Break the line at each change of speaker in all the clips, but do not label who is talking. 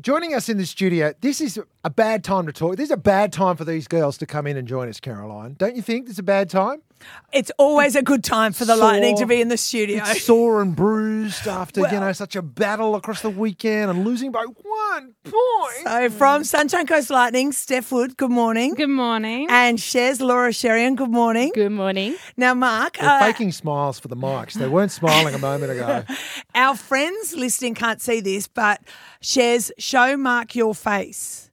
Joining us in the studio, this is a bad time to talk. This is a bad time for these girls to come in and join us, Caroline. Don't you think? This is a bad time.
It's always a good time for the
Sore.
lightning to be in the studio.
It's sore and bruised after you
Well-
know such a battle across the weekend and losing by one point.
So from Sunshine Coast Lightning, Steph Wood, good morning.
Good morning.
And shares Laura Sherian, good morning.
Good morning.
Now, Mark,
They're
uh,
faking smiles for the mics. They weren't smiling a moment ago.
uh, our friends listening can't see this, but shares show Mark your face.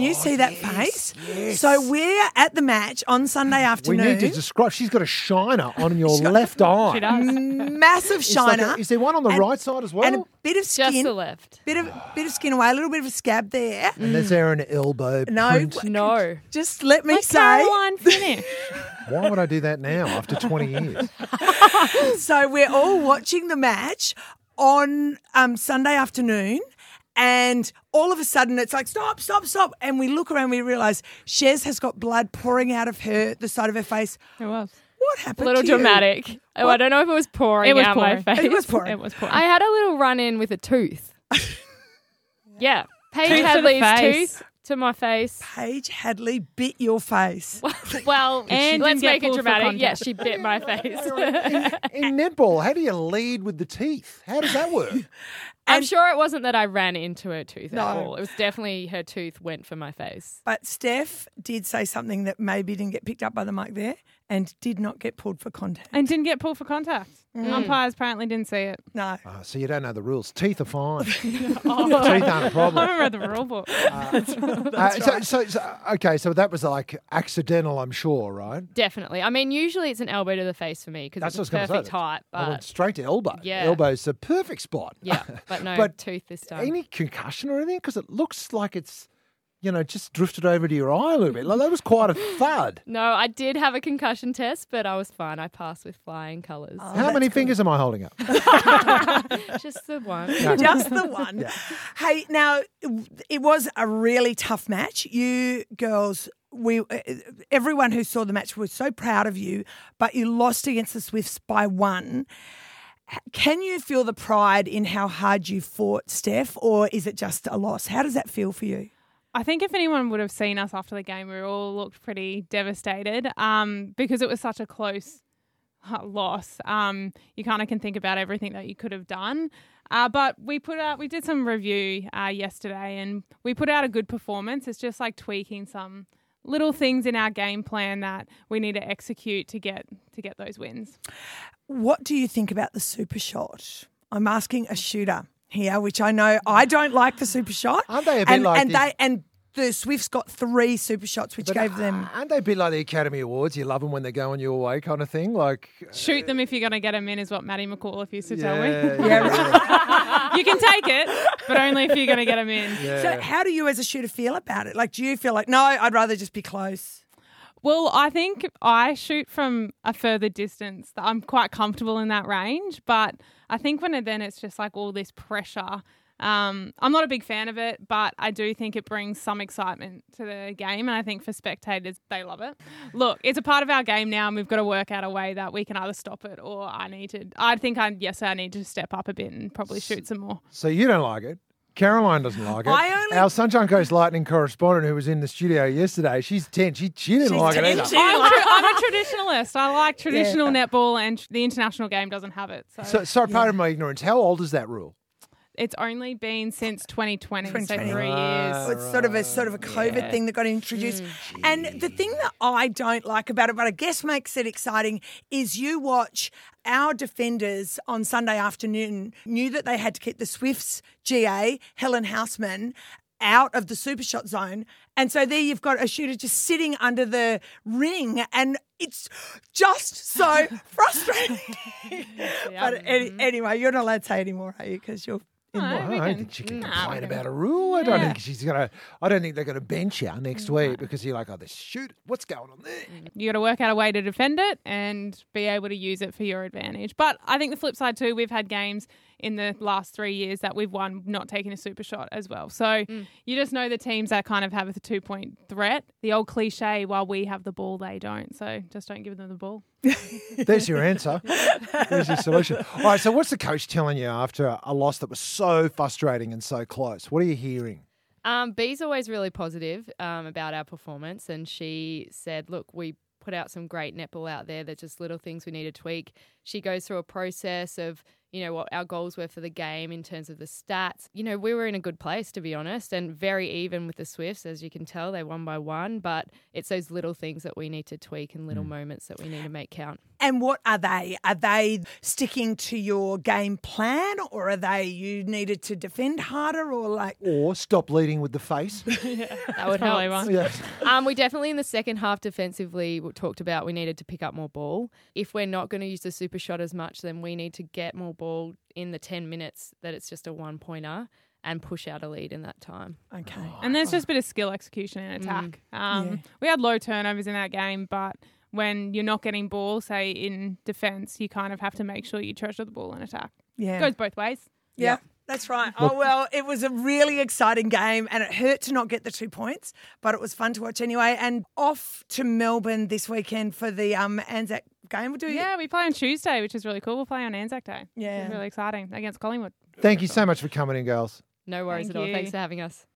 Oh,
you see that face? So we're at the match on Sunday
We
afternoon.
need to describe. She's got a shiner on your left eye.
She does.
Massive
It's like
shiner
a- is there one on the
And-
right side as well?
and a bit of
Just
skin,
the left.
bit of bit of skin away, a little bit of a scab there.
And is there an elbow
No,
print?
No.
Just let me
Let
say.
Caroline finish.
Why would I do that now after 20 years?
So we're all watching the match on um, Sunday afternoon. And all of a sudden, it's like, stop, stop, stop. And we look around, we realize Shez has got blood pouring out of her, the side of her face.
it was.
What happened?
A little
to you?
dramatic. Oh, I don't know if it was pouring
It was
out
pouring.
my face.
It was pouring.
It was pouring.
I had a little run in with a tooth. yeah. Paige
Tooth to the
Hadley's
face.
tooth to my face.
Paige Hadley bit your face.
Well,
And
let's
didn't get
make it
pulled for
dramatic.
contact.
Yeah, she bit my face.
In netball, how do you lead with the teeth? How does that work?
I'm sure it wasn't that I ran into her tooth at
No.
all. It was definitely her tooth went for my face.
But Steph did say something that maybe didn't get picked up by the mic there and did not get pulled for contact.
and didn't get pulled for contact.
Mm.
Umpires apparently didn't see it.
No.
Ah, so you don't know the rules. Teeth are fine. Teeth aren't a
I
problem.
haven't read the rule book.
Uh, so, so, so, okay, so that was like accidental, I'm sure, right?
Definitely. I mean, usually it's an elbow to the face for me because
That's
it's
what I was
the
going to say.
perfect height.
I went
But
straight to elbow.
Yeah.
Elbow's the perfect spot.
yeah, but no
But
tooth this time.
Any concussion or anything? Because it looks like it's, you know, just drifted over to your eye a little bit. Like, that was quite a thud.
No, I did have a concussion test, but I was fine. I passed with flying colours.
Oh,
How
that's
many
good.
fingers am I holding up?
Just the one.
Just the one. Hey, now it was a really tough match. You girls, we uh, everyone who saw the match was so proud of you, but you lost against the Swifts by one. Can you feel the pride in how hard you fought, Steph, or is it just a loss? How does that feel for you?
I think if anyone would have seen us after the game, we all looked pretty devastated um, because it was such a close uh, loss. Um, you kind of can think about everything that you could have done. Uh, but we put out, we did some review uh, yesterday and we put out a good performance. It's just like tweaking some little things in our game plan that we need to execute to get to get those wins.
What do you think about the super shot? I'm asking a shooter here, which I know I don't like the super shot.
Aren't they a bit
and,
like
and
the-
they and the Swifts got three super shots, which gave them.
Uh, Aren't they a bit like the Academy Awards? You love them when they're going your way, kind of thing. Like,
Shoot them if you're going to get them in, is what Maddie McAuliffe used to tell me.
yeah,
you can take it, but only if you're going to get them in.
yeah,
So, how do you as a shooter feel about it? Like, do you feel like, no, I'd rather just be close?
Well, I think I shoot from a further distance. I'm quite comfortable in that range, but I think when it then it's just like all this pressure. Um, I'm not a big fan of it, but I do think it brings some excitement to the game, and I think for spectators they love it. Look, it's a part of our game now, and we've got to work out a way that we can either stop it or I need to. I think I yes, I need to step up a bit and probably shoot some more.
So you don't like it. Caroline doesn't like it.
I only-
Our Sunshine Coast Lightning correspondent, who was in the studio yesterday, she's tense. She, she didn't
She's
like it
tense.
either.
Do you
I'm,
like-
tra- I'm a traditionalist. I like traditional netball, and tr- the international game doesn't have it. So,
So, sorry, pardon my ignorance. How old is that rule?
it's only been since 2020, so
2020.
three
Ah.
years.
Oh, It's sort of a sort of a COVID thing that got introduced. And the thing that I don't like about it, but I guess makes it exciting, is you watch our defenders on Sunday afternoon knew that they had to keep the Swifts GA, Helen Houseman, out of the super shot zone. And so there you've got a shooter just sitting under the ring and it's just so frustrating. But any, anyway, you're not allowed to say anymore, are you? Because you're in
No,
more.
I
we
don't
can-
think she can
Nah, we
complain
can-
about a rule. I don't
Yeah.
think she's gonna. I don't think they're gonna bench you next week because you're like, oh, this shoot, what's going on there?
You got to work out a way to defend it and be able to use it for your advantage. But I think the flip side too, we've had games in the last three years that we've won not taking a super shot as well. So
Mm.
you just know the teams that kind of have a two point threat. The old cliche: while we have the ball, they don't. So just don't give them the ball.
There's your answer. There's your solution. All right. So, what's the coach telling you after a loss that was so frustrating and so close? What are you hearing?
Um, Bee's always really positive um, about our performance, and she said, "Look, we put out some great netball out there. There's just little things we need to tweak." She goes through a process of, you know, what our goals were for the game in terms of the stats. You know, we were in a good place to be honest, and very even with the Swifts, as you can tell, they won by one. But it's those little things that we need to tweak and little moments that we need to make count.
And what are they? Are they sticking to your game plan, or are they you needed to defend harder, or like
Or stop leading with the face.
That would
Probably
help.
one.
yeah.
Um, we definitely in the second half defensively we talked about we needed to pick up more ball. If we're not going to use the super shot as much, then we need to get more ball in the 10 minutes that it's just a one pointer and push out a lead in that time.
okay?
And there's just a bit of skill execution in attack.
Mm.
Um, We had low turnovers in that game, but when you're not getting ball, say in defence, you kind of have to make sure you treasure the ball in attack.
Yeah.
Goes both ways.
Yeah. That's right. Oh, well, it was a really exciting game and it hurt to not get the two points, but it was fun to watch anyway. And off to Melbourne this weekend for the um, Anzac game. We'll do
Yeah, we play on Tuesday, which is really cool. We'll play on Anzac Day.
Yeah.
It's really exciting against Collingwood.
Thank you so much for coming in, girls.
No worries
Thank
at all.
you.
Thanks for having us.